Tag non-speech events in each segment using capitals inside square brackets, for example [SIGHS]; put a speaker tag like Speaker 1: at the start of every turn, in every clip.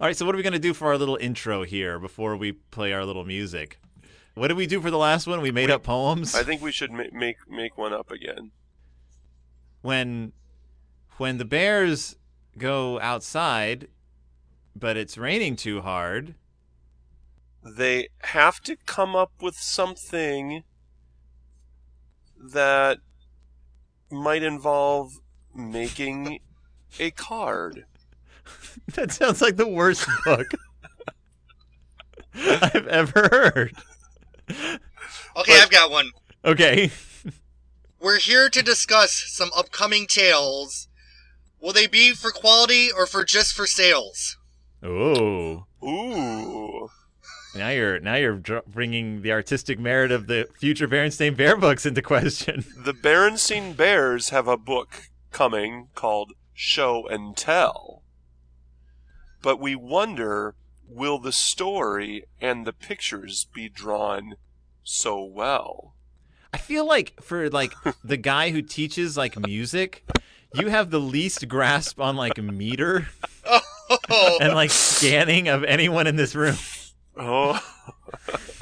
Speaker 1: All right, so what are we going to do for our little intro here before we play our little music? What did we do for the last one? We made up poems
Speaker 2: I think we should ma- make make one up again.
Speaker 1: when when the bears go outside but it's raining too hard.
Speaker 2: They have to come up with something that might involve making a card.
Speaker 1: [LAUGHS] That sounds like the worst book [LAUGHS] I've ever heard.
Speaker 3: Okay, I've got one.
Speaker 1: Okay.
Speaker 3: We're here to discuss some upcoming tales. Will they be for quality or for just for sales? [LAUGHS]
Speaker 1: Oh.
Speaker 2: Ooh.
Speaker 1: Now you're now you're dr- bringing the artistic merit of the future Berenstain Bear books into question.
Speaker 2: The Berenstain Bears have a book coming called Show and Tell. But we wonder will the story and the pictures be drawn so well?
Speaker 1: I feel like for like the guy who teaches like music, you have the least grasp on like meter
Speaker 3: Oh,
Speaker 1: and like scanning of anyone in this room.
Speaker 2: Oh,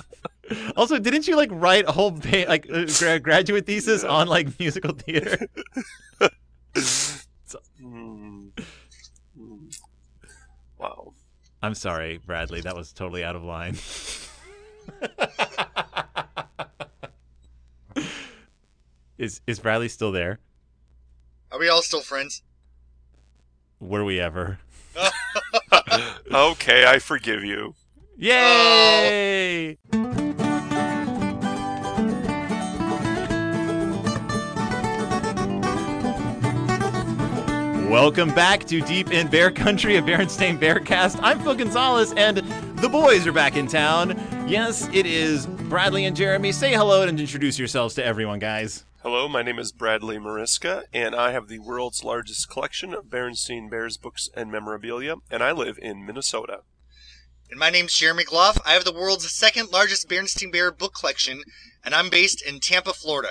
Speaker 2: [LAUGHS]
Speaker 1: Also, didn't you like write a whole ba- like uh, gra- graduate thesis on like musical theater?
Speaker 2: Hmm. Hmm. wow.
Speaker 1: I'm sorry, Bradley, that was totally out of line. [LAUGHS] is is Bradley still there?
Speaker 3: Are we all still friends?
Speaker 1: Were we ever?
Speaker 2: Okay, I forgive you.
Speaker 1: Yay! Welcome back to Deep in Bear Country, a Berenstain Bearcast. I'm Phil Gonzalez, and the boys are back in town. Yes, it is Bradley and Jeremy. Say hello and introduce yourselves to everyone, guys.
Speaker 2: Hello, my name is Bradley Mariska, and I have the world's largest collection of Berenstain Bears books and memorabilia, and I live in Minnesota.
Speaker 3: And my name's Jeremy Gloff. I have the world's second largest Bernstein Bear book collection, and I'm based in Tampa, Florida.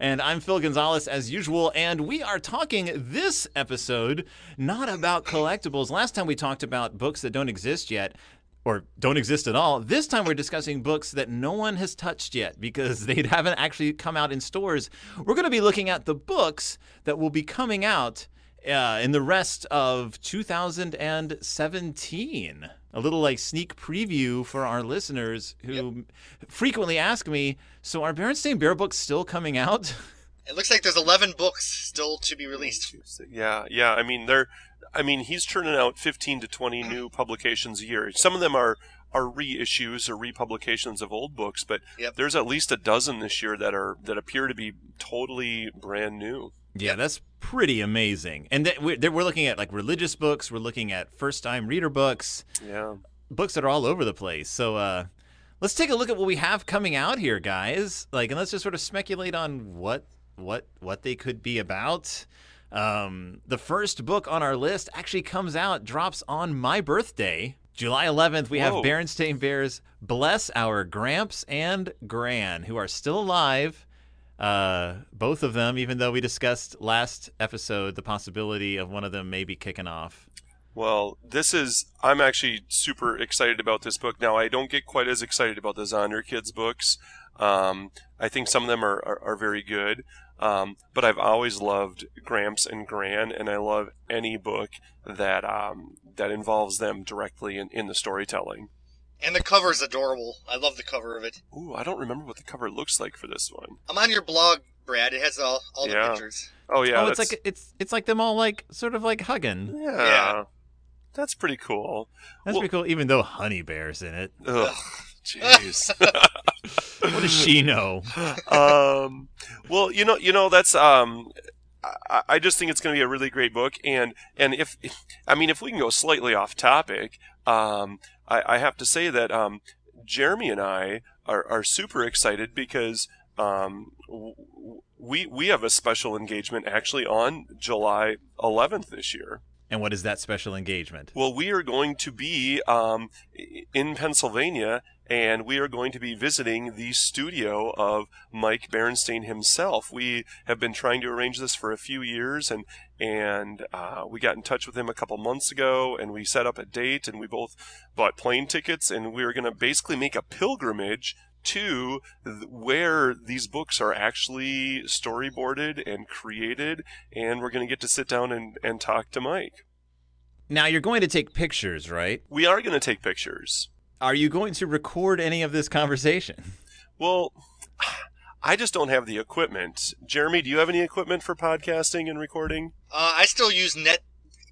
Speaker 1: And I'm Phil Gonzalez, as usual, and we are talking this episode not about collectibles. Last time we talked about books that don't exist yet or don't exist at all. This time we're discussing books that no one has touched yet because [LAUGHS] they haven't actually come out in stores. We're going to be looking at the books that will be coming out uh, in the rest of 2017. A little like sneak preview for our listeners who frequently ask me, so are Berenstain Bear books still coming out? [LAUGHS]
Speaker 3: It looks like there's 11 books still to be released.
Speaker 2: Yeah, yeah. I mean, they're. I mean, he's churning out fifteen to twenty new publications a year. Some of them are are reissues or republications of old books, but
Speaker 3: Yep.
Speaker 2: there's at least a dozen this year that are that appear to be totally brand new.
Speaker 1: Yeah, that's pretty amazing. And that we're, that we're looking at like religious books, we're looking at first time reader books,
Speaker 2: Yeah.
Speaker 1: books that are all over the place. So uh, let's take a look at what we have coming out here, guys. Like, and let's just sort of speculate on what what what they could be about. Um, the first book on our list actually comes out, drops on my birthday, July 11th. We
Speaker 2: Whoa.
Speaker 1: have Berenstain Bears bless our Gramps and Gran, who are still alive. Uh, both of them, even though we discussed last episode the possibility of one of them maybe kicking off.
Speaker 2: Well, this is. I'm actually super excited about this book. Now, I don't get quite as excited about the Zonder Kids books. Um, I think some of them are, are, are very good. Um, but I've always loved Gramps and Gran, and I love any book that um, that involves them directly in, in the storytelling.
Speaker 3: And the cover's adorable. I love the cover of it.
Speaker 2: Ooh, I don't remember what the cover looks like for this one.
Speaker 3: I'm on your blog, Brad. It has all, all the
Speaker 2: Yeah.
Speaker 3: pictures.
Speaker 2: Oh yeah,
Speaker 1: oh, it's
Speaker 2: that's-
Speaker 1: like it's it's like them all like sort of like hugging.
Speaker 2: yeah,
Speaker 3: Yeah.
Speaker 2: that's pretty cool.
Speaker 1: That's
Speaker 2: Well-
Speaker 1: pretty cool. Even though Honey Bear's in it,
Speaker 2: Ugh,
Speaker 3: [LAUGHS] Uh,
Speaker 2: jeez.
Speaker 1: what does
Speaker 2: [LAUGHS]
Speaker 1: she know?
Speaker 2: um, well, you know, you know, that's um, I, I just think it's going to be a really great book, and and if, I mean, if we can go slightly off topic, um, I, I have to say that um, Jeremy and I are are super excited because um, w- w- we we have a special engagement actually on July 11th this year.
Speaker 1: And what is that special engagement?
Speaker 2: Well, we are going to be um, i- in Pennsylvania and we are going to be visiting the studio of Mike Berenstain himself. We have been trying to arrange this for a few years, and and uh, we got in touch with him a couple months ago, and we set up a date, and we both bought plane tickets, and we were going to basically make a pilgrimage to th- where these books are actually storyboarded and created, and we're going to get to sit down and, and talk to Mike.
Speaker 1: Now you're going to take pictures, right?
Speaker 2: We are going to take pictures.
Speaker 1: Are you going to record any of this conversation? [LAUGHS]
Speaker 2: Well, [SIGHS] I just don't have the equipment. Jeremy, do you have any equipment for podcasting and recording?
Speaker 3: Uh, I still use net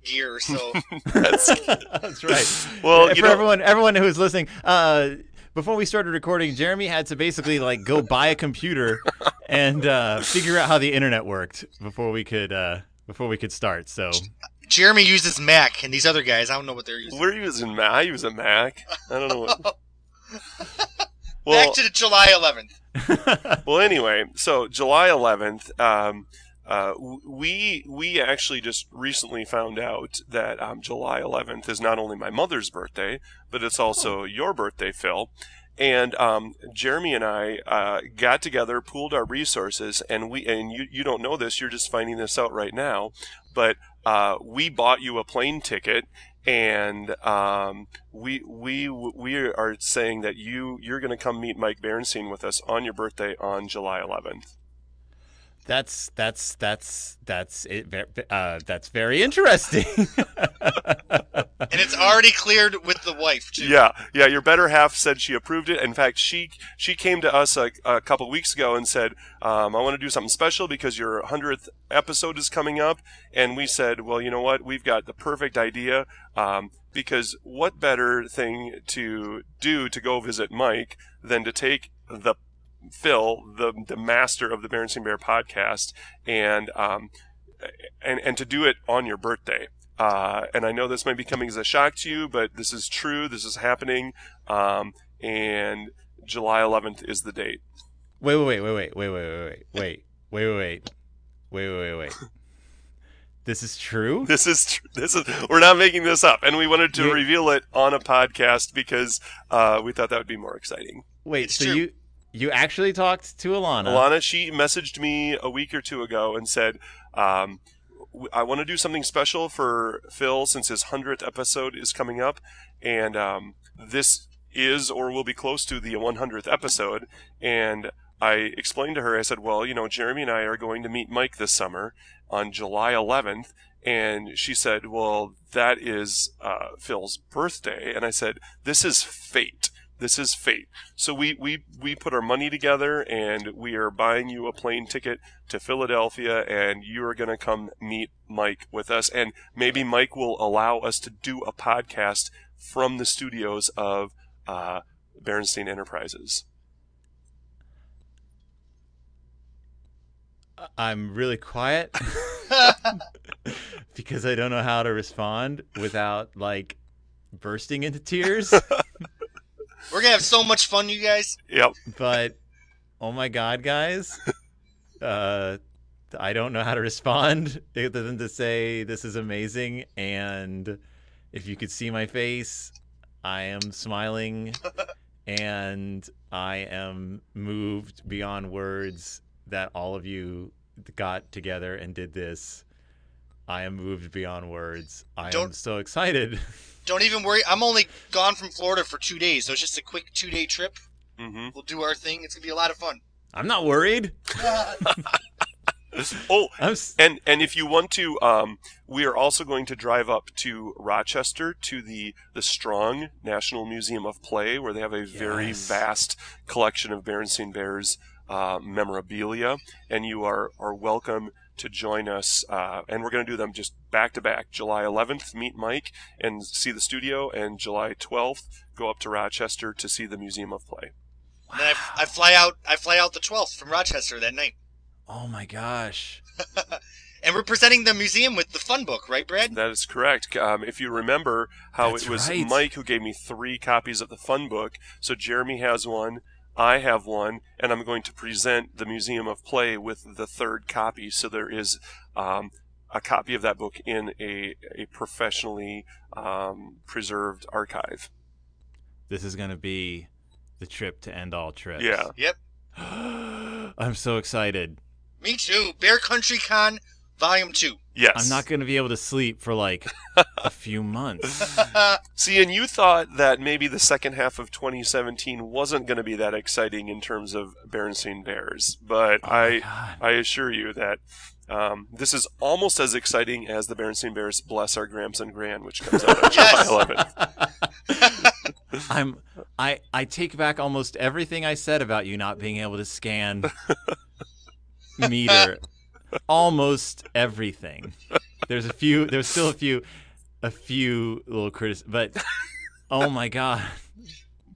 Speaker 3: gear, so
Speaker 2: That's,
Speaker 1: That's right.
Speaker 2: well,
Speaker 1: for
Speaker 2: you know,
Speaker 1: everyone, everyone who's listening, uh, before we started recording, Jeremy had to basically like go buy a computer and uh, figure out how the internet worked before we could uh, before we could start. So
Speaker 3: Jeremy uses Mac, and these other guys, I don't know what they're using.
Speaker 2: we're using Mac. I use a Mac. I don't know what.
Speaker 1: [LAUGHS]
Speaker 3: Back to the July 11th.
Speaker 2: [LAUGHS] well, anyway, so July 11th, um, uh, w- we we actually just recently found out that um, July 11th is not only my mother's birthday, but it's also your birthday, Phil. And um, Jeremy and I uh, got together, pooled our resources, and we and you you don't know this, you're just finding this out right now, but uh, we bought you a plane ticket. And um, we we we are saying that you you're going to come meet Mike Berenstein with us on your birthday on July 11th.
Speaker 1: that's that's that's that's it. ve- Uh, that's very interesting. [LAUGHS]
Speaker 3: And it's already cleared with the wife, too.
Speaker 2: Yeah, yeah. Your better half said she approved it. In fact, she she came to us a, a couple weeks ago and said, um, "I want to do something special because your hundredth episode is coming up." And we said, "Well, you know what? We've got the perfect idea um, because what better thing to do to go visit Mike than to take the Phil, the the master of the Berenstein Bear podcast, and um, and and to do it on your birthday. Uh, and I know this might be coming as a shock to you, but this is true. This is happening. Um, and July 11th is the date. [LAUGHS]
Speaker 1: Wait, wait, wait, wait, wait, wait, wait, wait, wait, wait, wait, wait, wait, wait, wait. This is true.
Speaker 2: This is tr- this is we're not making this up, and we wanted to
Speaker 1: Yeah.
Speaker 2: reveal it on a podcast because uh, we thought that would be more exciting.
Speaker 1: Wait,
Speaker 3: It's
Speaker 1: so
Speaker 3: true.
Speaker 1: you you actually talked to Alana?
Speaker 2: Alana, she messaged me a week or two ago and said, um, w- I want to do something special for Phil since his 100th episode is coming up. And um, this is or will be close to the 100th episode. And I explained to her, I said, Well, you know, Jeremy and I are going to meet Mike this summer on July 11th. And she said, Well, that is uh, Phil's birthday. And I said, This is fate. This is fate. So we, we, we put our money together and we are buying you a plane ticket to Philadelphia and you are going to come meet Mike with us. And maybe Mike will allow us to do a podcast from the studios of uh, Berenstein Enterprises.
Speaker 1: I'm really quiet [LAUGHS] because I don't know how to respond without like bursting into tears.
Speaker 3: We're going to have so much fun, you guys.
Speaker 2: Yep.
Speaker 1: but oh my god, guys, uh, I don't know how to respond other than to say this is amazing. And if you could see my face, I am smiling and I am moved beyond words that all of you got together and did this. I am moved beyond words. I am
Speaker 3: Don't-
Speaker 1: so excited. [LAUGHS]
Speaker 3: Don't even worry. I'm only gone from Florida for two days, so it's just a quick two day trip. [LAUGHS]
Speaker 2: hmm
Speaker 3: We'll do our thing. It's going to be a lot of fun.
Speaker 1: I'm not worried.
Speaker 2: Oh,
Speaker 1: I'm s-
Speaker 2: and, and if you want to, um, we are also going to drive up to Rochester to the, the Strong National Museum of Play, where they have a very
Speaker 1: Yes.
Speaker 2: vast collection of Berenstain Bears uh, memorabilia, and you are, are welcome to join us. Uh, and we're going to do them just back to back. July 11th, meet Mike and see the studio, and July 12th, go up to Rochester to see the Museum of Play.
Speaker 3: And then I, I fly out. I fly out the 12th from Rochester that night,
Speaker 1: oh my gosh.
Speaker 3: and we're presenting the museum with the fun book, right, Brad?
Speaker 2: That is correct. Um, if you remember how
Speaker 1: That's
Speaker 2: it was
Speaker 1: right.
Speaker 2: Mike who gave me three copies of the fun book, so Jeremy has one, I have one, and I'm going to present the Museum of Play with the third copy. So there is um, a copy of that book in a, a professionally um, preserved archive.
Speaker 1: this is going to be the trip to end all trips.
Speaker 2: Yeah.
Speaker 3: Yep.
Speaker 1: [GASPS] I'm so excited.
Speaker 3: Me too. Bear Country Con, Volume 2.
Speaker 2: Yes.
Speaker 1: I'm not going to be able to sleep for like
Speaker 2: [LAUGHS]
Speaker 1: a few months.
Speaker 2: See, and you thought that maybe the second half of 2017 wasn't going to be that exciting in terms of Berenstain Bears, but
Speaker 1: Oh my
Speaker 2: [LAUGHS] I
Speaker 1: God.
Speaker 2: I assure you that um, this is almost as exciting as the Berenstain Bears Bless Our Gramps and Gran, which comes out
Speaker 3: [LAUGHS]
Speaker 2: on July
Speaker 3: Yes.
Speaker 2: 11th.
Speaker 1: I'm I I take back almost everything I said about you not being able to
Speaker 2: [LAUGHS]
Speaker 1: scan meter. almost everything. There's a few there's still a few a few little critic but oh my god.
Speaker 3: [LAUGHS]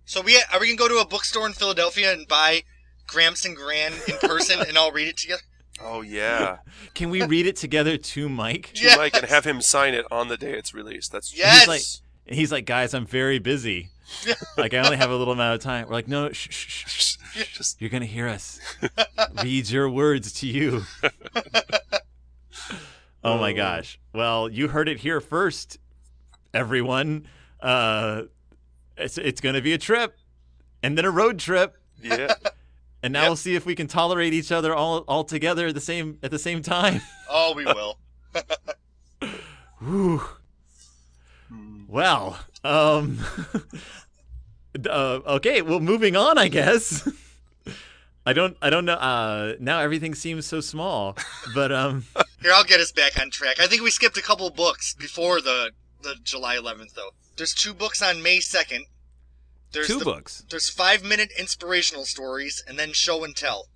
Speaker 3: So we are we gonna go to a bookstore in Philadelphia and buy Gramps and Gran in person, and I'll read it together.
Speaker 2: Oh,
Speaker 3: [LAUGHS]
Speaker 2: yeah.
Speaker 1: Can we read it together to Mike?
Speaker 2: To Mike and have him sign it on the day it's released. That's
Speaker 3: Yes.
Speaker 1: He's like, and he's like, guys, I'm very busy. like I only have a little amount of time. We're like, no, shh, shh, shh, shh.
Speaker 2: Just-
Speaker 1: you're gonna hear
Speaker 2: [LAUGHS]
Speaker 1: us read your words to you. oh my
Speaker 2: Oh.
Speaker 1: gosh! Well, you heard it here first, everyone. Uh, it's it's gonna be a trip, and then a road trip,
Speaker 2: [LAUGHS] yeah.
Speaker 1: and now
Speaker 3: Yep.
Speaker 1: we'll see if we can tolerate each other all all together at the same at the same time.
Speaker 3: Oh, we will.
Speaker 1: Whew. Well, um, [LAUGHS] d- uh, okay. Well, moving on, I guess. [LAUGHS] I don't, I don't know. Uh, now everything seems so small, but
Speaker 2: [LAUGHS]
Speaker 1: um,
Speaker 3: Here, I'll get us back on track. I think we skipped a couple books before the the July 11th, though. There's two books on May 2nd. There's
Speaker 1: two
Speaker 3: the-
Speaker 1: books.
Speaker 3: There's five minute inspirational stories, and then show and tell.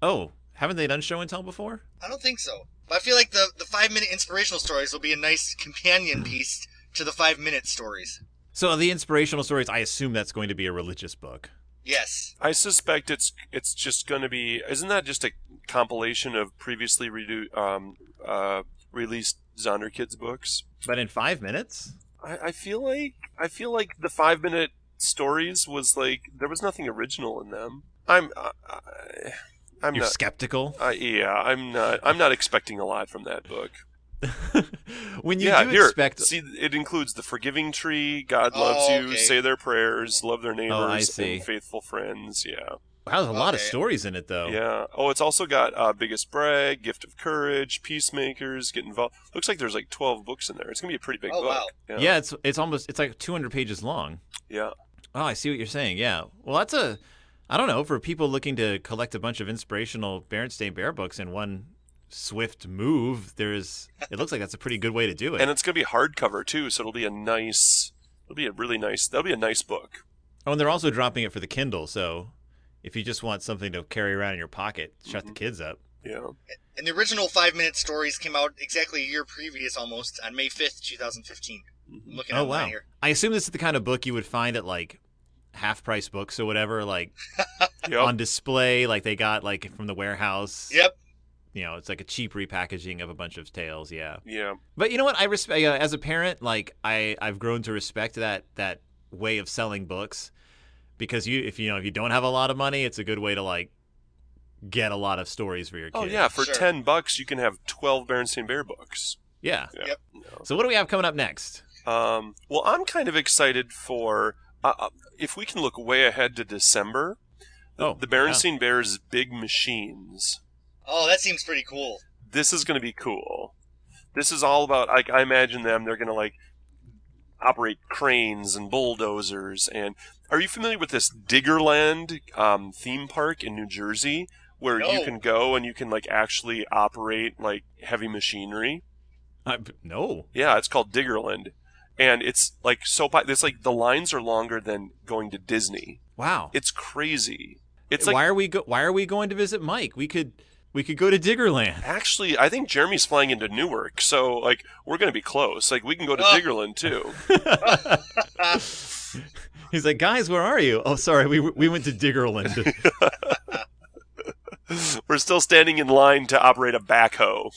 Speaker 1: Oh, haven't they done show and tell before?
Speaker 3: I don't think so. But I feel like the, the five minute inspirational stories will be a nice companion piece to the five minute stories.
Speaker 1: So the inspirational stories. I assume that's going to be a religious book.
Speaker 3: Yes.
Speaker 2: I suspect it's it's just going to be. Isn't that just a compilation of previously redo, um, uh, released Zonder Kids books?
Speaker 1: But in five minutes,
Speaker 2: I, I feel like I feel like the five minute stories was like there was nothing original in them. I'm I, I- I'm
Speaker 1: you're
Speaker 2: not.
Speaker 1: skeptical. [LAUGHS]
Speaker 2: I Uh, yeah, I'm not. I'm not expecting a lot from that book.
Speaker 1: when you
Speaker 2: yeah,
Speaker 1: do
Speaker 2: here.
Speaker 1: expect,
Speaker 2: See, it includes the forgiving tree, God loves
Speaker 3: Oh,
Speaker 2: you,
Speaker 3: okay.
Speaker 2: say their prayers, love their neighbors,
Speaker 1: see.
Speaker 2: and faithful friends. Yeah,
Speaker 1: wow, there's a lot of
Speaker 3: Okay.
Speaker 1: stories in it though.
Speaker 2: yeah. Oh, it's also got uh, biggest brag, gift of courage, peacemakers, get involved. Looks like there's like twelve books in there. It's gonna be a pretty big
Speaker 3: Oh,
Speaker 2: book.
Speaker 3: wow.
Speaker 2: Yeah.
Speaker 1: yeah, it's it's almost it's like 200 pages long.
Speaker 2: yeah.
Speaker 1: Oh, I see what you're saying. Yeah. Well, that's a, I don't know, for people looking to collect a bunch of inspirational Berenstain Bear books in one swift move, there's, it looks like that's a pretty good way to do it.
Speaker 2: and it's going to be hardcover too, so it'll be a nice, it'll be a really nice, that'll be a nice book.
Speaker 1: oh, and they're also dropping it for the Kindle. So if you just want something to carry around in your pocket, shut the kids up.
Speaker 2: Yeah,
Speaker 3: And the original five minute stories came out exactly a year previous almost on May 5th, 2015. I'm looking
Speaker 1: oh,
Speaker 3: at mine
Speaker 1: wow.
Speaker 3: here.
Speaker 1: I assume this is the kind of book you would find at like half price books or whatever, like
Speaker 2: Yep.
Speaker 1: on display, like they got like from the warehouse.
Speaker 3: Yep.
Speaker 1: You know, it's like a cheap repackaging of a bunch of tales. Yeah.
Speaker 2: yeah,
Speaker 1: But you know what? I respect uh, as a parent. Like I, I've grown to respect that that way of selling books because you, if you know, if you don't have a lot of money, it's a good way to like get a lot of stories for your kid.
Speaker 2: Oh yeah, for
Speaker 3: Sure.
Speaker 2: ten bucks you can have twelve Berenstain Bear books.
Speaker 1: yeah.
Speaker 2: Yeah.
Speaker 3: Yep.
Speaker 2: Yeah.
Speaker 1: So what do we have coming up next?
Speaker 2: Um, well, I'm kind of excited for uh, uh, if we can look way ahead to December. The,
Speaker 1: Oh,
Speaker 2: the Berenstain Bears Big Machines.
Speaker 3: Oh, that seems pretty cool.
Speaker 2: This is going to be cool. This is all about like I imagine them. They're going to like operate cranes and bulldozers. And are you familiar with this Diggerland um, theme park in New Jersey, where you
Speaker 3: No.
Speaker 2: can go and you can like actually operate like heavy machinery?
Speaker 1: Uh, no.
Speaker 2: Yeah, it's called Diggerland, and it's like so. po- It's like the lines are longer than going to Disney.
Speaker 1: Wow.
Speaker 2: It's crazy. It's like
Speaker 1: why are we go- Why are we going to visit Mike? We could we could go to Diggerland. [LAUGHS]
Speaker 2: actually, I think Jeremy's flying into Newark, so like we're gonna be close. Like we can go to
Speaker 3: Oh.
Speaker 2: Diggerland too. [LAUGHS]
Speaker 1: He's like, guys, where are you? Oh, sorry, we we went to
Speaker 2: [LAUGHS]
Speaker 1: Diggerland. [LAUGHS]
Speaker 2: We're still standing in line to operate a [LAUGHS] backhoe.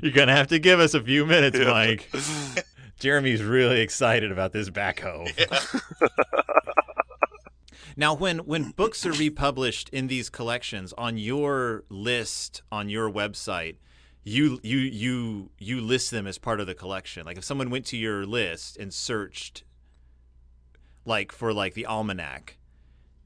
Speaker 1: You're gonna have to give us a few minutes,
Speaker 2: Yeah.
Speaker 1: Mike. Jeremy's really excited about this backhoe. [LAUGHS] now, when when books are republished in these collections on your list on your website, you you you you list them as part of the collection. Like if someone went to your list and searched like for like the almanac,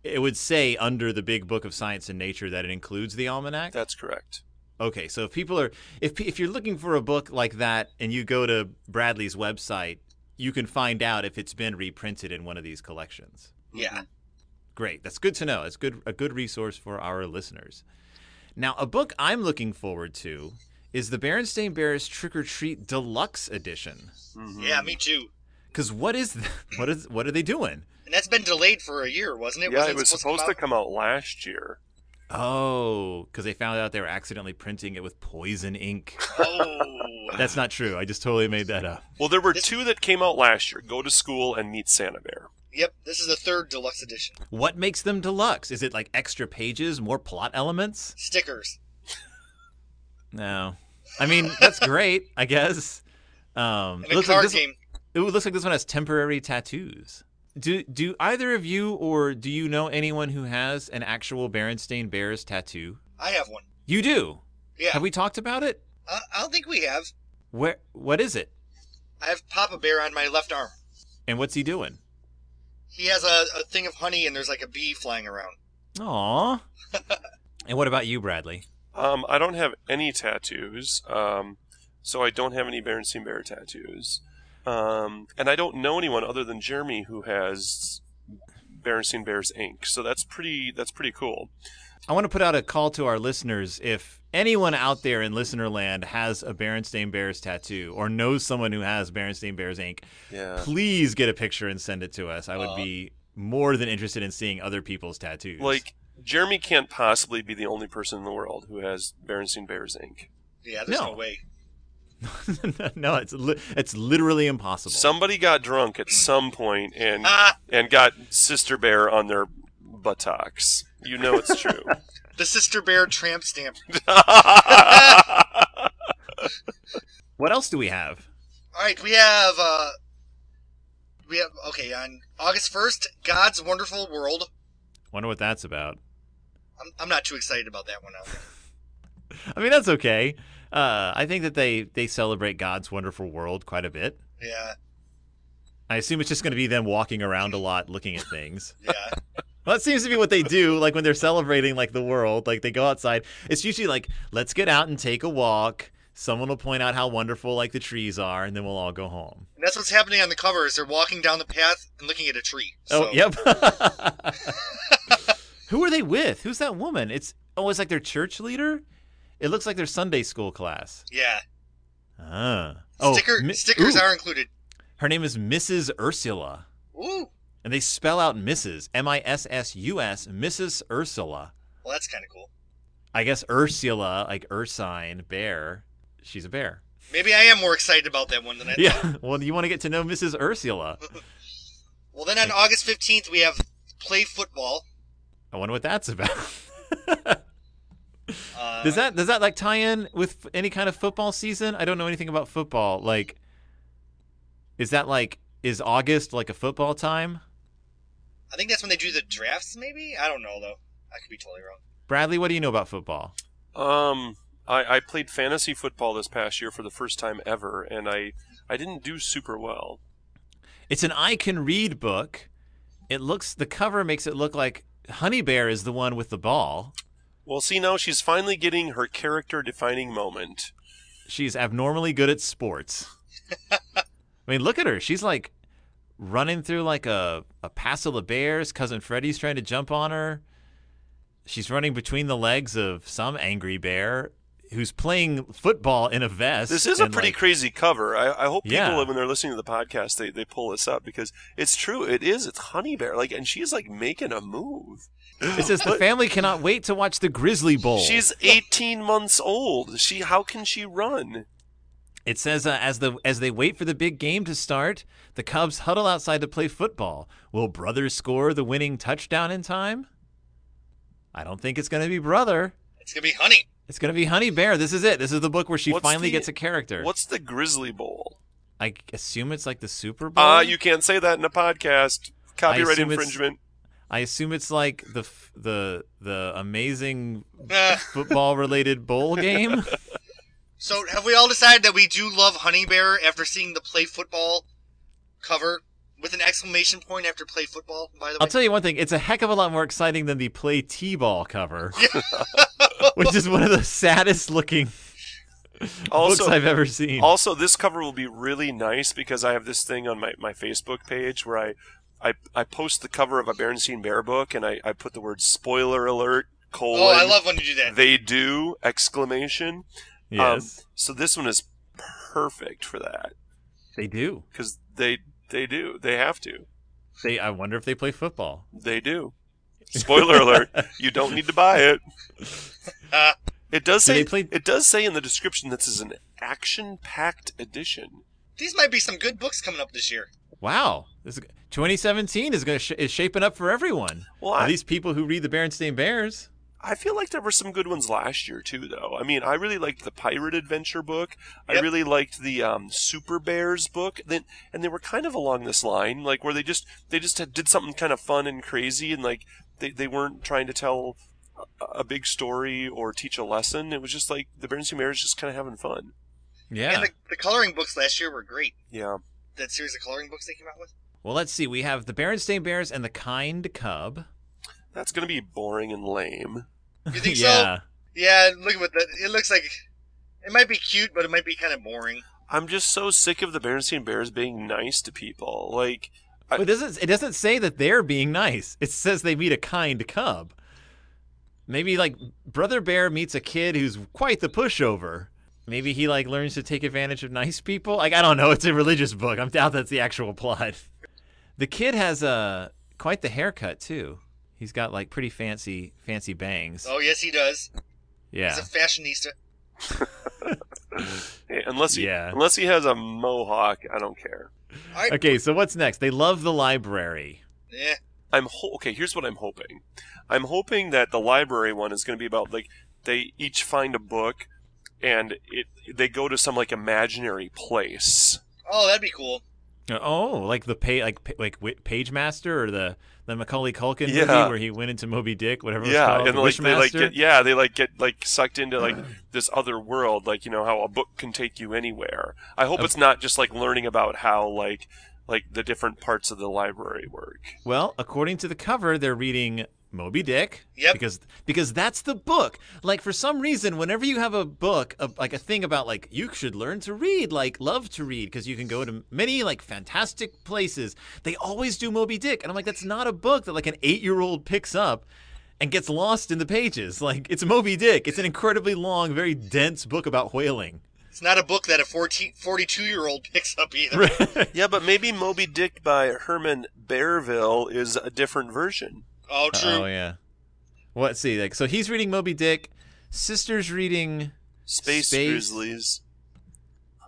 Speaker 1: it would say under the big book of science and nature that it includes the almanac.
Speaker 2: That's correct.
Speaker 1: Okay, so if people are if pe- if you're looking for a book like that and you go to Bradley's website, you can find out if it's been reprinted in one of these collections.
Speaker 3: Yeah.
Speaker 1: Mm-hmm. Great. That's good to know. It's good a good resource for our listeners. Now, a book I'm looking forward to is the Berenstain Bears Trick or Treat Deluxe Edition.
Speaker 2: Mhm.
Speaker 3: Yeah, me too.
Speaker 1: Cuz what is th- [LAUGHS] what is what are they doing?
Speaker 3: And that's been delayed for a year, wasn't it?
Speaker 2: yeah,
Speaker 3: Wasn't
Speaker 2: it was supposed to come out last year.
Speaker 1: Oh, cuz they found out they were accidentally printing it with poison ink.
Speaker 3: come out? Oh. [LAUGHS]
Speaker 1: That's not true. I just totally made that up.
Speaker 2: Well, there were
Speaker 3: This-
Speaker 2: two that came out last year: Go to School and Meet Santa Bear.
Speaker 3: yep, this is the third deluxe edition.
Speaker 1: What makes them deluxe? Is it like extra pages, more plot elements?
Speaker 3: Stickers.
Speaker 1: No. I mean, that's great, I guess. Um,
Speaker 3: And
Speaker 1: it
Speaker 3: a
Speaker 1: looks
Speaker 3: card
Speaker 1: like this,
Speaker 3: game.
Speaker 1: it looks like this one has temporary tattoos. Do do either of you or do you know anyone who has an actual Berenstain Bears tattoo?
Speaker 3: I have one.
Speaker 1: You do.
Speaker 3: Yeah.
Speaker 1: Have we talked about it?
Speaker 3: I, I don't think we have.
Speaker 1: Where what is it?
Speaker 3: I have Papa Bear on my left arm.
Speaker 1: And what's he doing?
Speaker 3: He has a, a thing of honey and there's like a bee flying around.
Speaker 1: Aw. and what about you, Bradley?
Speaker 2: Um, I don't have any tattoos, um, so I don't have any Berenstain Bear tattoos, um, and I don't know anyone other than Jeremy who has Berenstain Bears ink. So that's pretty. That's pretty cool.
Speaker 1: I want to put out a call to our listeners. If anyone out there in listener land has a Berenstain Bears tattoo or knows someone who has Berenstain Bears ink,
Speaker 2: Yeah.
Speaker 1: please get a picture and send it to us. I would
Speaker 3: Uh,
Speaker 1: be more than interested in seeing other people's tattoos.
Speaker 2: Like Jeremy can't possibly be the only person in the world who has Berenstain Bears ink.
Speaker 3: Yeah, there's no,
Speaker 1: No.
Speaker 3: way.
Speaker 1: [LAUGHS] no, it's li- it's literally impossible.
Speaker 2: Somebody got drunk at some point and
Speaker 3: Ah,
Speaker 2: and got Sister Bear on their buttocks. You know it's true.
Speaker 3: the Sister Bear tramp stamp.
Speaker 1: what else do we have?
Speaker 3: All right, we have uh, we have okay on August first, God's Wonderful World.
Speaker 1: Wonder what that's about.
Speaker 3: I'm, I'm not too excited about that one. Out.
Speaker 1: I mean, that's okay. Uh, I think that they they celebrate God's wonderful world quite a bit.
Speaker 3: Yeah,
Speaker 1: I assume it's just going to be them walking around a lot, looking at things.
Speaker 3: yeah.
Speaker 1: Well, that seems to be what they do. Like when they're celebrating, like the world, like they go outside. It's usually like, let's get out and take a walk. Someone will point out how wonderful like the trees are, and then we'll all go home.
Speaker 3: And that's what's happening on the cover is they're walking down the path and looking at a tree.
Speaker 1: Oh,
Speaker 3: So, [LAUGHS]
Speaker 1: yep. Who are they with? Who's that woman? It's oh, it's like their church leader. It looks like their Sunday school class.
Speaker 3: Yeah.
Speaker 1: Ah. Oh,
Speaker 3: Sticker,
Speaker 1: mi-
Speaker 3: stickers
Speaker 1: ooh,
Speaker 3: are included.
Speaker 1: Her name is Mrs. Ursula,
Speaker 3: Ooh.
Speaker 1: and they spell out Mrs. M I S S U S Mrs. Ursula.
Speaker 3: Well, that's kind of cool.
Speaker 1: I guess Ursula, like Ursine, bear. She's a bear.
Speaker 3: Maybe I am more excited about that one than I.
Speaker 1: Yeah. [LAUGHS] Well, you want to get to know Mrs. Ursula.
Speaker 3: Well, then on August fifteenth, we have Play Football.
Speaker 1: I wonder what that's about. [LAUGHS]
Speaker 3: Uh,
Speaker 1: does that does that like tie in with any kind of football season? I don't know anything about football. Like, is that like is August like a football time?
Speaker 3: I think that's when they do the drafts. Maybe I don't know though. I could be totally wrong.
Speaker 1: Bradley, what do you know about football?
Speaker 2: um, I, I played fantasy football this past year for the first time ever, and I I didn't do super well.
Speaker 1: It's an I can read book. It looks the cover makes it look like Honey Bear is the one with the ball.
Speaker 2: Well, see now she's finally getting her character defining moment.
Speaker 1: She's abnormally good at sports. I mean, look at her. She's like running through like a, a passel of bears. Cousin Freddy's trying to jump on her. She's running between the legs of some angry bear who's playing football in a vest.
Speaker 2: This is a
Speaker 1: and,
Speaker 2: pretty
Speaker 1: like-
Speaker 2: crazy cover. I, I hope people
Speaker 1: Yeah.
Speaker 2: when they're listening to the podcast they, they pull this up because it's true. It is. It's Honey Bear. Like, and she's like making a move.
Speaker 1: It says the family cannot wait to watch the Grizzly Bowl. [LAUGHS]
Speaker 2: She's 18 months old. She how can she run?
Speaker 1: It says uh, as the as they wait for the big game to start, the Cubs huddle outside to play football. Will brother score the winning touchdown in time? I don't think it's going to be brother.
Speaker 3: It's gonna be Honey. [LAUGHS]
Speaker 1: It's gonna be Honey Bear. This is it. This is the book where she
Speaker 2: What's
Speaker 1: finally
Speaker 2: the-
Speaker 1: gets a character.
Speaker 2: What's the Grizzly Bowl?
Speaker 1: I assume it's like the Super Bowl.
Speaker 2: Ah, you can't say that in a podcast. Copyright
Speaker 1: assume it's-
Speaker 2: infringement.
Speaker 1: I assume it's like the f- the the amazing
Speaker 3: Uh,
Speaker 1: football related bowl
Speaker 2: [LAUGHS]
Speaker 1: game.
Speaker 3: so have we all decided that we do love Honey Bear after seeing the Play Football cover? with an exclamation point after play football, by the way.
Speaker 1: I'll tell you one thing: it's a heck of a lot more exciting than the play t-ball
Speaker 2: [LAUGHS]
Speaker 1: cover, [LAUGHS] which is one of the saddest looking
Speaker 2: Also,
Speaker 1: books I've ever seen.
Speaker 2: Also, this cover will be really nice because I have this thing on my, my Facebook page where I, I I post the cover of a Berenstain Bear book and I, I put the word spoiler alert colon
Speaker 3: oh, I love when you do that.
Speaker 2: they do exclamation.
Speaker 1: yes,
Speaker 2: So this one is perfect for that
Speaker 1: they do.
Speaker 2: because they they do they have to
Speaker 1: They. I wonder if they play football.
Speaker 2: they do. Spoiler
Speaker 1: [LAUGHS]
Speaker 2: alert! You don't need to buy it.
Speaker 3: Uh,
Speaker 2: It does
Speaker 1: Do
Speaker 2: say
Speaker 1: they play-
Speaker 2: it does say in the description this is an action-packed edition.
Speaker 3: these might be some good books coming up this year.
Speaker 1: Wow, this is, 2017 is going to sh- is shaping up for everyone.
Speaker 2: Well,
Speaker 1: At
Speaker 2: I-
Speaker 1: least people who read the Berenstain Bears.
Speaker 2: I feel like there were some good ones last year too, though. I mean, I really liked the Pirate Adventure book. I
Speaker 3: Yep.
Speaker 2: really liked the um, Super Bears book. Then, and they were kind of along this line, like where they just they just had, did something kind of fun and crazy, and like they, they weren't trying to tell a, a big story or teach a lesson. It was just like the Berenstain Bears just kind of having fun.
Speaker 1: Yeah.
Speaker 3: And the, the coloring books last year were great.
Speaker 2: Yeah.
Speaker 3: That series of coloring books they came out with.
Speaker 1: well, let's see. We have the Berenstain Bears and the Kind Cub.
Speaker 2: That's gonna be boring and lame.
Speaker 3: You
Speaker 1: [LAUGHS]
Speaker 3: think so?
Speaker 1: yeah.
Speaker 3: Yeah, look at what that. It looks like it might be cute, but it might be kind of boring.
Speaker 2: I'm just so sick of the Berenstain Bears being nice to people. Like, I-
Speaker 1: But it doesn't it doesn't say that they're being nice. It says they meet a kind cub. Maybe like brother bear meets a kid who's quite the pushover. Maybe he like learns to take advantage of nice people. Like I don't know. [LAUGHS] It's a religious book. I doubt that's the actual plot. The kid has uh, quite the haircut too. He's got like pretty fancy fancy bangs.
Speaker 3: Oh yes, he does.
Speaker 1: yeah.
Speaker 3: He's a fashionista.
Speaker 2: eh, unless he
Speaker 1: Yeah.
Speaker 2: unless he has a mohawk, I don't care.
Speaker 3: All right.
Speaker 1: Okay. So what's next? They love the library.
Speaker 3: Yeah.
Speaker 2: I'm ho- okay. Here's what I'm hoping. I'm hoping that the library one is going to be about like they each find a book, and it they go to some like imaginary place.
Speaker 3: Oh, that'd be cool.
Speaker 1: Oh, like the pay like pa- like Wi- Page Master or the the Macaulay Culkin
Speaker 2: Yeah.
Speaker 1: movie where he went into Moby Dick, whatever. it was
Speaker 2: yeah,
Speaker 1: called,
Speaker 2: and
Speaker 1: the
Speaker 2: like they like
Speaker 1: Wishmaster?
Speaker 2: get yeah they like get like sucked into like this other world. Like you know how a book can take you anywhere. I hope it's not just like learning about how like like the different parts of the library work.
Speaker 1: Well, according to the cover, they're reading Moby Dick.
Speaker 3: Yep.
Speaker 1: Because because that's the book. Like for some reason, whenever you have a book, a, like a thing about like you should learn to read, like love to read, because you can go to many like fantastic places. They always do Moby Dick, and I'm like, that's not a book that like an eight year old picks up. And gets lost in the pages. Like, it's Moby Dick. It's an incredibly long, very dense book about whaling. [LAUGHS]
Speaker 3: It's not a book that a 14, 42 year old [LAUGHS] picks up either.
Speaker 2: Yeah, but maybe Moby Dick by Herman Bearville is a different version.
Speaker 3: Oh, true.
Speaker 1: Oh, yeah. Well, let's see. Like, so he's reading Moby Dick. Sister's reading
Speaker 2: Space,
Speaker 1: Space-
Speaker 2: Grizzlies.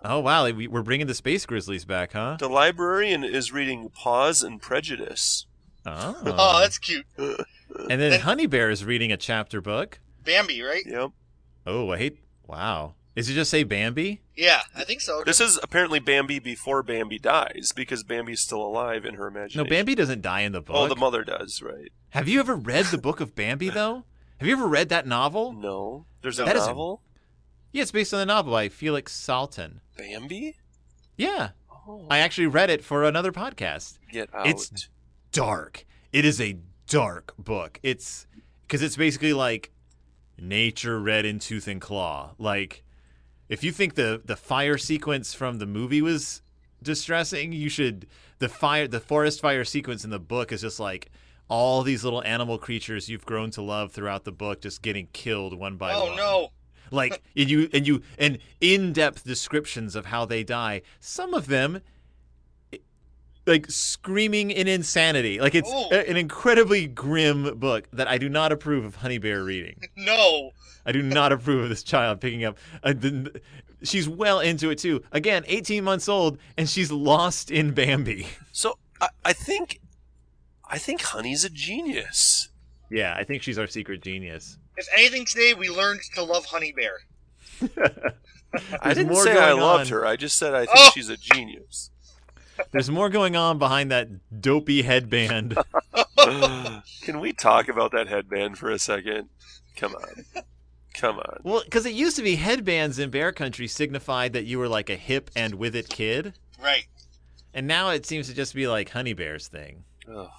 Speaker 1: Oh wow, we- we're bringing the Space Grizzlies back,
Speaker 2: [LAUGHS]
Speaker 1: huh?
Speaker 2: The librarian is reading Pause and Prejudice.
Speaker 3: Oh,
Speaker 1: Oh.
Speaker 3: that's cute.
Speaker 1: and then Honey Bear is reading a chapter book.
Speaker 3: Bambi, right?
Speaker 2: Yep.
Speaker 1: Oh wait, wow. Is it just say Bambi?
Speaker 3: Yeah, I think so.
Speaker 2: This is apparently Bambi before Bambi dies because Bambi's still alive in her
Speaker 1: No,
Speaker 2: imagination.
Speaker 1: Bambi doesn't die in the book.
Speaker 2: Oh, the mother does, right?
Speaker 1: Have you ever read the book of Bambi though? Have you ever read that novel?
Speaker 2: No. There's a
Speaker 1: That is a-
Speaker 2: novel?
Speaker 1: Yeah, it's based on the novel by Felix Salten.
Speaker 2: Bambi?
Speaker 1: Yeah,
Speaker 2: Oh.
Speaker 1: I actually read it for another podcast.
Speaker 2: Get out.
Speaker 1: It's- dark. It is a dark book. It's because it's basically like nature read in tooth and claw. Like if you think the the fire sequence from the movie was distressing, you should the fire the forest fire sequence in the book is just like all these little animal creatures you've grown to love throughout the book just getting killed one by one
Speaker 3: oh, no.
Speaker 1: like and you and you and in-depth descriptions of how they die some of them i- like screaming in insanity like it's
Speaker 3: Ooh.
Speaker 1: a- an incredibly grim book that i do not approve of honey bear reading
Speaker 3: No.
Speaker 1: i do not approve of this child picking up uh, the, she's well into it too again 18 months old and she's lost in bambi [LAUGHS]
Speaker 2: So I, I think I think Honey's a genius.
Speaker 1: yeah i think she's our secret genius
Speaker 3: If anything, today we learned to love Honey Bear.
Speaker 2: I
Speaker 1: There's
Speaker 2: didn't
Speaker 1: more
Speaker 2: say I
Speaker 1: going
Speaker 2: loved
Speaker 1: on.
Speaker 2: her. I just said I think
Speaker 3: Oh!
Speaker 2: she's a genius. [SIGHS]
Speaker 1: there's more going on behind that dopey headband
Speaker 2: Can we talk about that headband for a second? Come on. Come on.
Speaker 1: Well, because it used to be headbands in bear country signified that you were like a hip and with it kid,
Speaker 3: Right.
Speaker 1: And now it seems to just be like Honey Bear's thing.
Speaker 2: Ugh.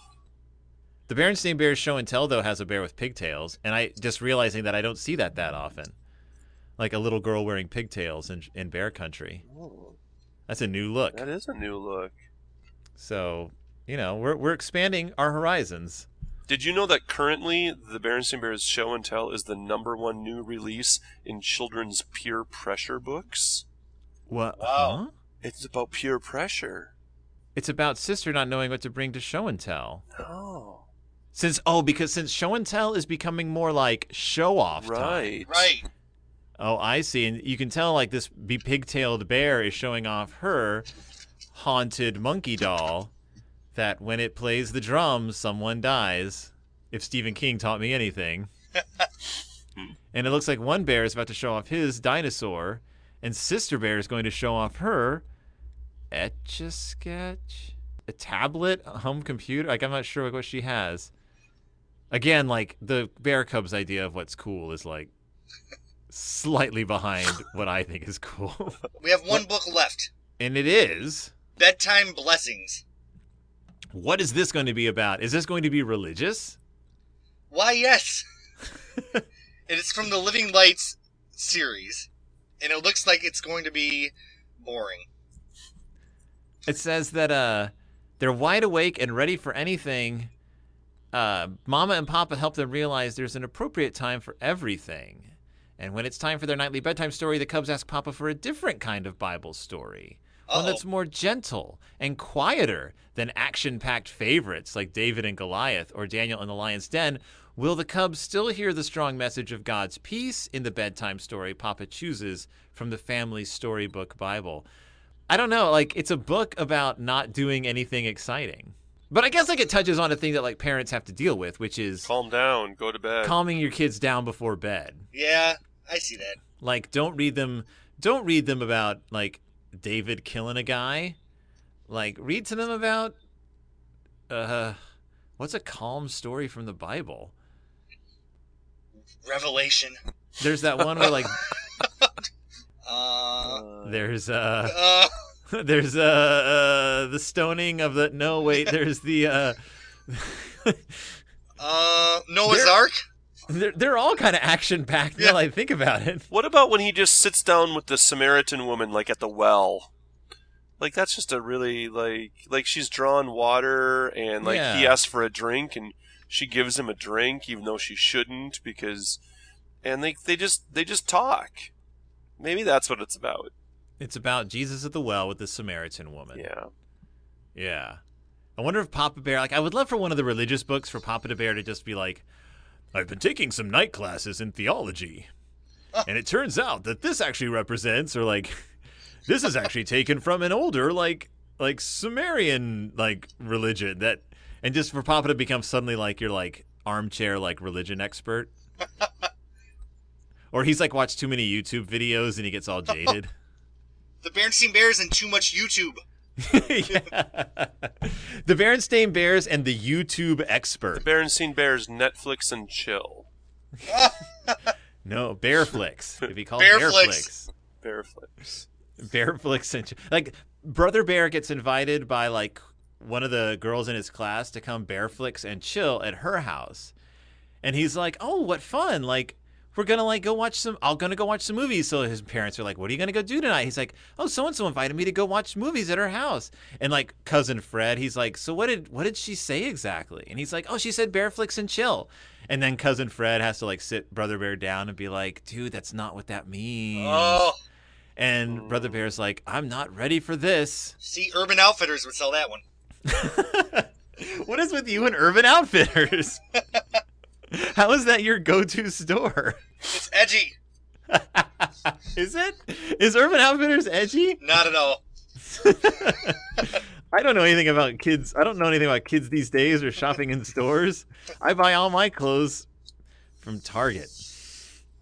Speaker 1: The Berenstain Bears show and tell though has a bear with pigtails, and I just realizing that I don't see that that often. Like a little girl wearing pigtails in in bear country.
Speaker 2: Oh,
Speaker 1: That's a new look.
Speaker 2: that is a new look.
Speaker 1: So, you know, we're we're expanding our horizons.
Speaker 2: Did you know that currently the Berenstain Bears Show and Tell is the number one new release in children's peer pressure books?
Speaker 1: What?
Speaker 3: Wow.
Speaker 1: Huh?
Speaker 2: It's about peer pressure.
Speaker 1: It's about sister not knowing what to bring to show and tell.
Speaker 2: Oh,
Speaker 1: Since oh, because since show and tell is becoming more like show off.
Speaker 2: right,
Speaker 3: Right.
Speaker 1: Oh, I see. And you can tell like this be pigtailed bear is showing off her haunted monkey doll that when it plays the drums, someone dies. If Stephen King taught me anything. and it looks like one bear is about to show off his dinosaur, and sister bear is going to show off her etch a sketch, a tablet, a home computer. Like I'm not sure like, what she has. Again, like the bear cubs idea of what's cool is like slightly behind what I think is cool. [LAUGHS]
Speaker 3: We have one book left.
Speaker 1: and it is.
Speaker 3: Bedtime Blessings.
Speaker 1: What is this going to be about? Is this going to be religious?
Speaker 3: Why, yes. it is from the Living Lights series, and it looks like it's going to be boring.
Speaker 1: It says that uh, they're wide awake and ready for anything. Uh, Mama and Papa help them realize there's an appropriate time for everything. And when it's time for their nightly bedtime story, the Cubs ask Papa for a different kind of Bible story. One
Speaker 3: Uh-oh.
Speaker 1: that's more gentle and quieter than action packed favorites like David and Goliath or Daniel and the Lion's Den. Will the Cubs still hear the strong message of God's peace in the bedtime story Papa chooses from the family storybook Bible? I don't know. Like, it's a book about not doing anything exciting. But I guess like it touches on a thing that like parents have to deal with, which is
Speaker 2: Calm down. Go to bed.
Speaker 1: calming your kids down before bed.
Speaker 3: Yeah, I see that.
Speaker 1: Like, don't read them. Don't read them about like David killing a guy. Like, read to them about uh, what's a calm story from the Bible?
Speaker 3: Revelation.
Speaker 1: There's that one where like
Speaker 2: [LAUGHS]
Speaker 3: Uh,
Speaker 2: Uh,
Speaker 1: there's uh [LAUGHS]
Speaker 3: uh,
Speaker 1: there's uh, uh the stoning of the no wait there's the uh
Speaker 3: uh, Noah's
Speaker 1: There-
Speaker 3: Ark?
Speaker 1: they're, they're all kind of action packed now
Speaker 3: Yeah.
Speaker 1: that I think about it.
Speaker 2: What about when he just sits down with the Samaritan woman, like at the well? Like that's just a really like like she's drawn water, and like he
Speaker 1: Yeah.
Speaker 2: asks for a drink, and she gives him a drink, even though she shouldn't, because, and they they just they just talk. Maybe that's what it's about.
Speaker 1: It's about Jesus at the well with the Samaritan woman.
Speaker 2: Yeah.
Speaker 1: Yeah. I wonder if Papa Bear, like, I would love for one of the religious books for Papa to Bear to just be like, I've been taking some night classes in theology. And it turns out that this actually represents, or like, [LAUGHS] this is actually taken from an older, like, like Sumerian, like, religion that, and just for Papa to become suddenly like your, like, armchair, like, religion expert. or he's like watched too many YouTube videos and he gets all jaded.
Speaker 3: The Bernstein Bears and too much YouTube.
Speaker 1: [LAUGHS] yeah. The Berenstain Bears and the YouTube expert.
Speaker 2: Berenstain Bears, Netflix, and chill.
Speaker 1: No, Bearflix. It'd be called Bearflix.
Speaker 3: Bearflix.
Speaker 2: Bear flips.
Speaker 1: [LAUGHS] Bearflix. And, like, Brother Bear gets invited by, like, one of the girls in his class to come Bearflix and chill at her house. And he's like, oh, what fun. Like, we're going to, like, go watch some, I'm going to go watch some movies. So his parents are like, what are you going to go do tonight? He's like, oh, so-and-so invited me to go watch movies at her house. And, like, cousin Fred, he's like, so what did, what did she say exactly? And he's like, oh, she said Bearflix and chill. And then cousin Fred has to, like, sit Brother Bear down and be like, dude, that's not what that means.
Speaker 3: Oh,
Speaker 1: And Brother Bear's like, I'm not ready for this. [LAUGHS]
Speaker 3: see, Urban Outfitters would sell that one.
Speaker 1: What is with you and Urban Outfitters? How is that your go to store? [LAUGHS]
Speaker 3: It's edgy.
Speaker 1: Is it? Is Urban Outfitters edgy?
Speaker 3: Not at all.
Speaker 1: I don't know anything about kids. I don't know anything about kids these days or shopping in stores. I buy all my clothes from Target.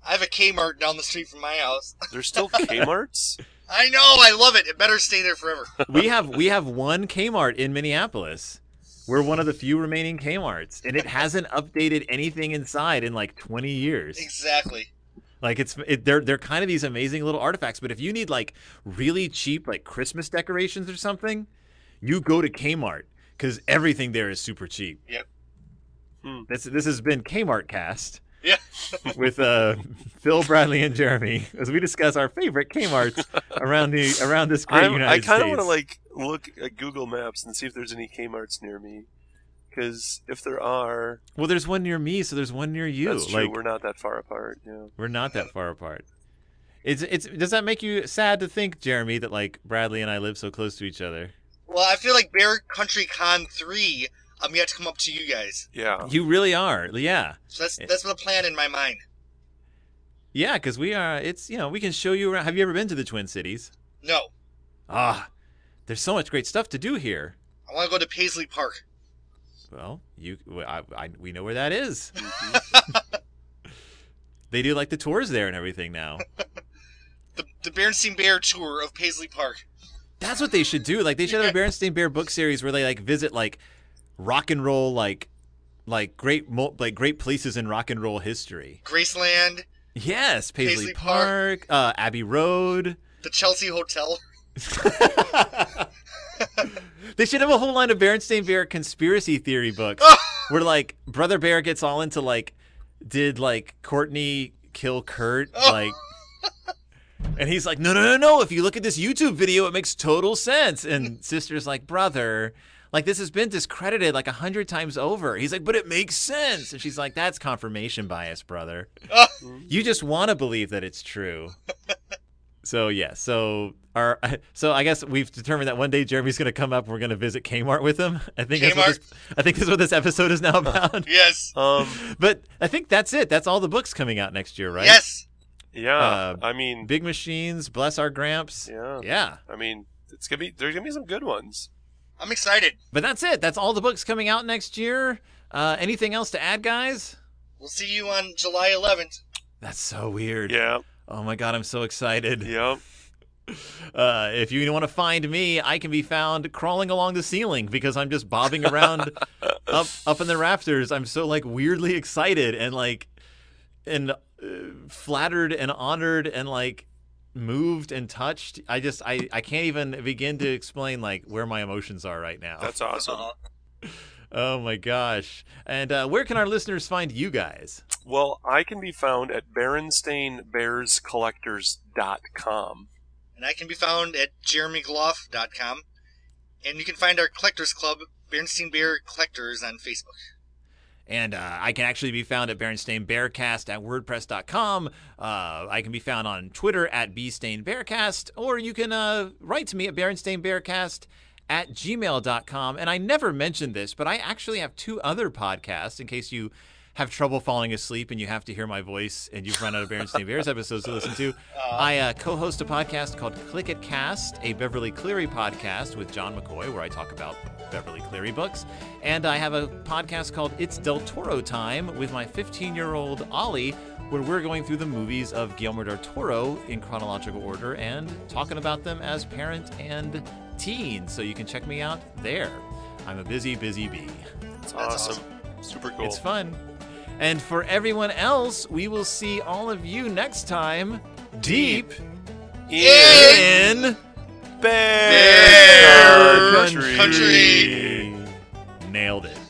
Speaker 3: I have a Kmart down the street from my house. [LAUGHS]
Speaker 1: [LAUGHS]
Speaker 2: There's still Kmart's.
Speaker 3: I know, I love it. It better stay there forever.
Speaker 1: We have we have one Kmart in Minneapolis. We're one of the few remaining Kmart's and it hasn't updated anything inside in like 20 years.
Speaker 3: exactly.
Speaker 1: Like it's it, they're they're kind of these amazing little artifacts. But if you need like really cheap like Christmas decorations or something, you go to Kmart because everything there is super cheap.
Speaker 3: Yep.
Speaker 2: Hmm.
Speaker 1: This this has been Kmart Cast
Speaker 3: Yeah.
Speaker 1: [LAUGHS] with uh, Phil Bradley and Jeremy as we discuss our favorite
Speaker 2: [LAUGHS]
Speaker 1: Kmart's around the around this great
Speaker 2: I'm,
Speaker 1: United
Speaker 2: I kind of
Speaker 1: States.
Speaker 2: want to like look at Google Maps and see if there's any Kmart's near me, because if there are,
Speaker 1: well, there's one near me, so there's one near you.
Speaker 2: that's true.
Speaker 1: Like
Speaker 2: we're not that far apart. Yeah.
Speaker 1: we're not that far apart. It's it's does that make you sad to think, Jeremy, that like Bradley and I live so close to each other?
Speaker 3: Well, I feel like Bear Country Con three. I'm yet to come up to you guys.
Speaker 1: [LAUGHS]
Speaker 2: Yeah.
Speaker 1: Oh. You really are, yeah.
Speaker 3: So that's that's the plan in my mind.
Speaker 1: Yeah, because we are. It's you know we can show you around. Have you ever been to the Twin Cities?
Speaker 3: No,
Speaker 1: Ah, there's so much great stuff to do here.
Speaker 3: I want to go to Paisley Park.
Speaker 1: Well, you, I, I, we know where that is. [LAUGHS]
Speaker 2: Mhm.
Speaker 1: They do like the tours there and everything now.
Speaker 3: The the Berenstain Bear tour of Paisley Park.
Speaker 1: That's what they should do. Like they should have a Berenstain Bear book series where they like visit like rock and roll like like great mo- like great places in rock and roll history.
Speaker 3: Graceland,
Speaker 1: Yes, Paisley,
Speaker 3: Paisley
Speaker 1: Park,
Speaker 3: Park.
Speaker 1: Uh, Abbey Road.
Speaker 3: the Chelsea Hotel. [LAUGHS]
Speaker 1: they should have a whole line of Berenstain Bear conspiracy theory books where like Brother Bear gets all into like did like Courtney kill Kurt like and he's like no no no no if you look at this YouTube video it makes total sense and sister's like brother like this has been discredited like a hundred times over he's like but it makes sense and she's like that's confirmation bias brother you just want to believe that it's true so yeah, so our [LAUGHS] so I guess we've determined that one day Jeremy's going to come up. and We're going to visit Kmart with him. I think that's what
Speaker 3: Kmart.
Speaker 1: this, I think that's what this episode is now about. [LAUGHS]
Speaker 3: Yes,
Speaker 2: um.
Speaker 1: but I think that's it. That's all the books coming out next year, right?
Speaker 3: yes.
Speaker 2: Yeah.
Speaker 1: Uh,
Speaker 2: I mean.
Speaker 1: Big machines, bless our gramps.
Speaker 2: Yeah.
Speaker 1: Yeah.
Speaker 2: I mean, it's gonna be. There's gonna be some good ones.
Speaker 3: I'm excited.
Speaker 1: But that's it. That's all the books coming out next year. Uh, anything else to add, guys?
Speaker 3: We'll see you on July 11th.
Speaker 1: That's so weird.
Speaker 2: Yeah.
Speaker 1: Oh my god, I'm so excited. [LAUGHS]
Speaker 2: Yeah.
Speaker 1: Uh, if you want to find me, I can be found crawling along the ceiling because I'm just bobbing around up up in the rafters. I'm so like weirdly excited and like and uh, flattered and honored and like moved and touched. I just I I can't even begin to explain like where my emotions are right now.
Speaker 2: That's awesome.
Speaker 1: Uh-huh.
Speaker 3: Uh,
Speaker 1: oh my gosh! And uh, where can our listeners find you guys?
Speaker 2: Well, I can be found at BerenstainBearsCollectors.com.
Speaker 3: and I can be found at jeremygloff.com. And you can find our Collectors Club, Bernstein Bear Collectors, on Facebook.
Speaker 1: And uh, I can actually be found at Berenstain Bearcast at WordPress.com. Uh, I can be found on Twitter at Bstain Bearcast, or you can uh, write to me at Berenstain Bearcast at gmail.com. And I never mentioned this, but I actually have two other podcasts in case you have trouble falling asleep and you have to hear my voice and you've run out of Berenstain Bears episodes to listen to. I uh, co host a podcast called Click It Cast, a Beverly Cleary podcast with John McCoy, where I talk about Beverly Cleary books. And I have a podcast called It's Del Toro Time with my 15 year old Ollie, where we're going through the movies of Guillermo del Toro in chronological order and talking about them as parent and teen. So you can check me out there. I'm a busy, busy bee.
Speaker 2: That's
Speaker 3: awesome.
Speaker 2: awesome. Super cool.
Speaker 1: It's fun. And for everyone else, we will see all of you next time. Deep in
Speaker 2: Bear,
Speaker 3: Bear
Speaker 2: country.
Speaker 3: country.
Speaker 1: Nailed it.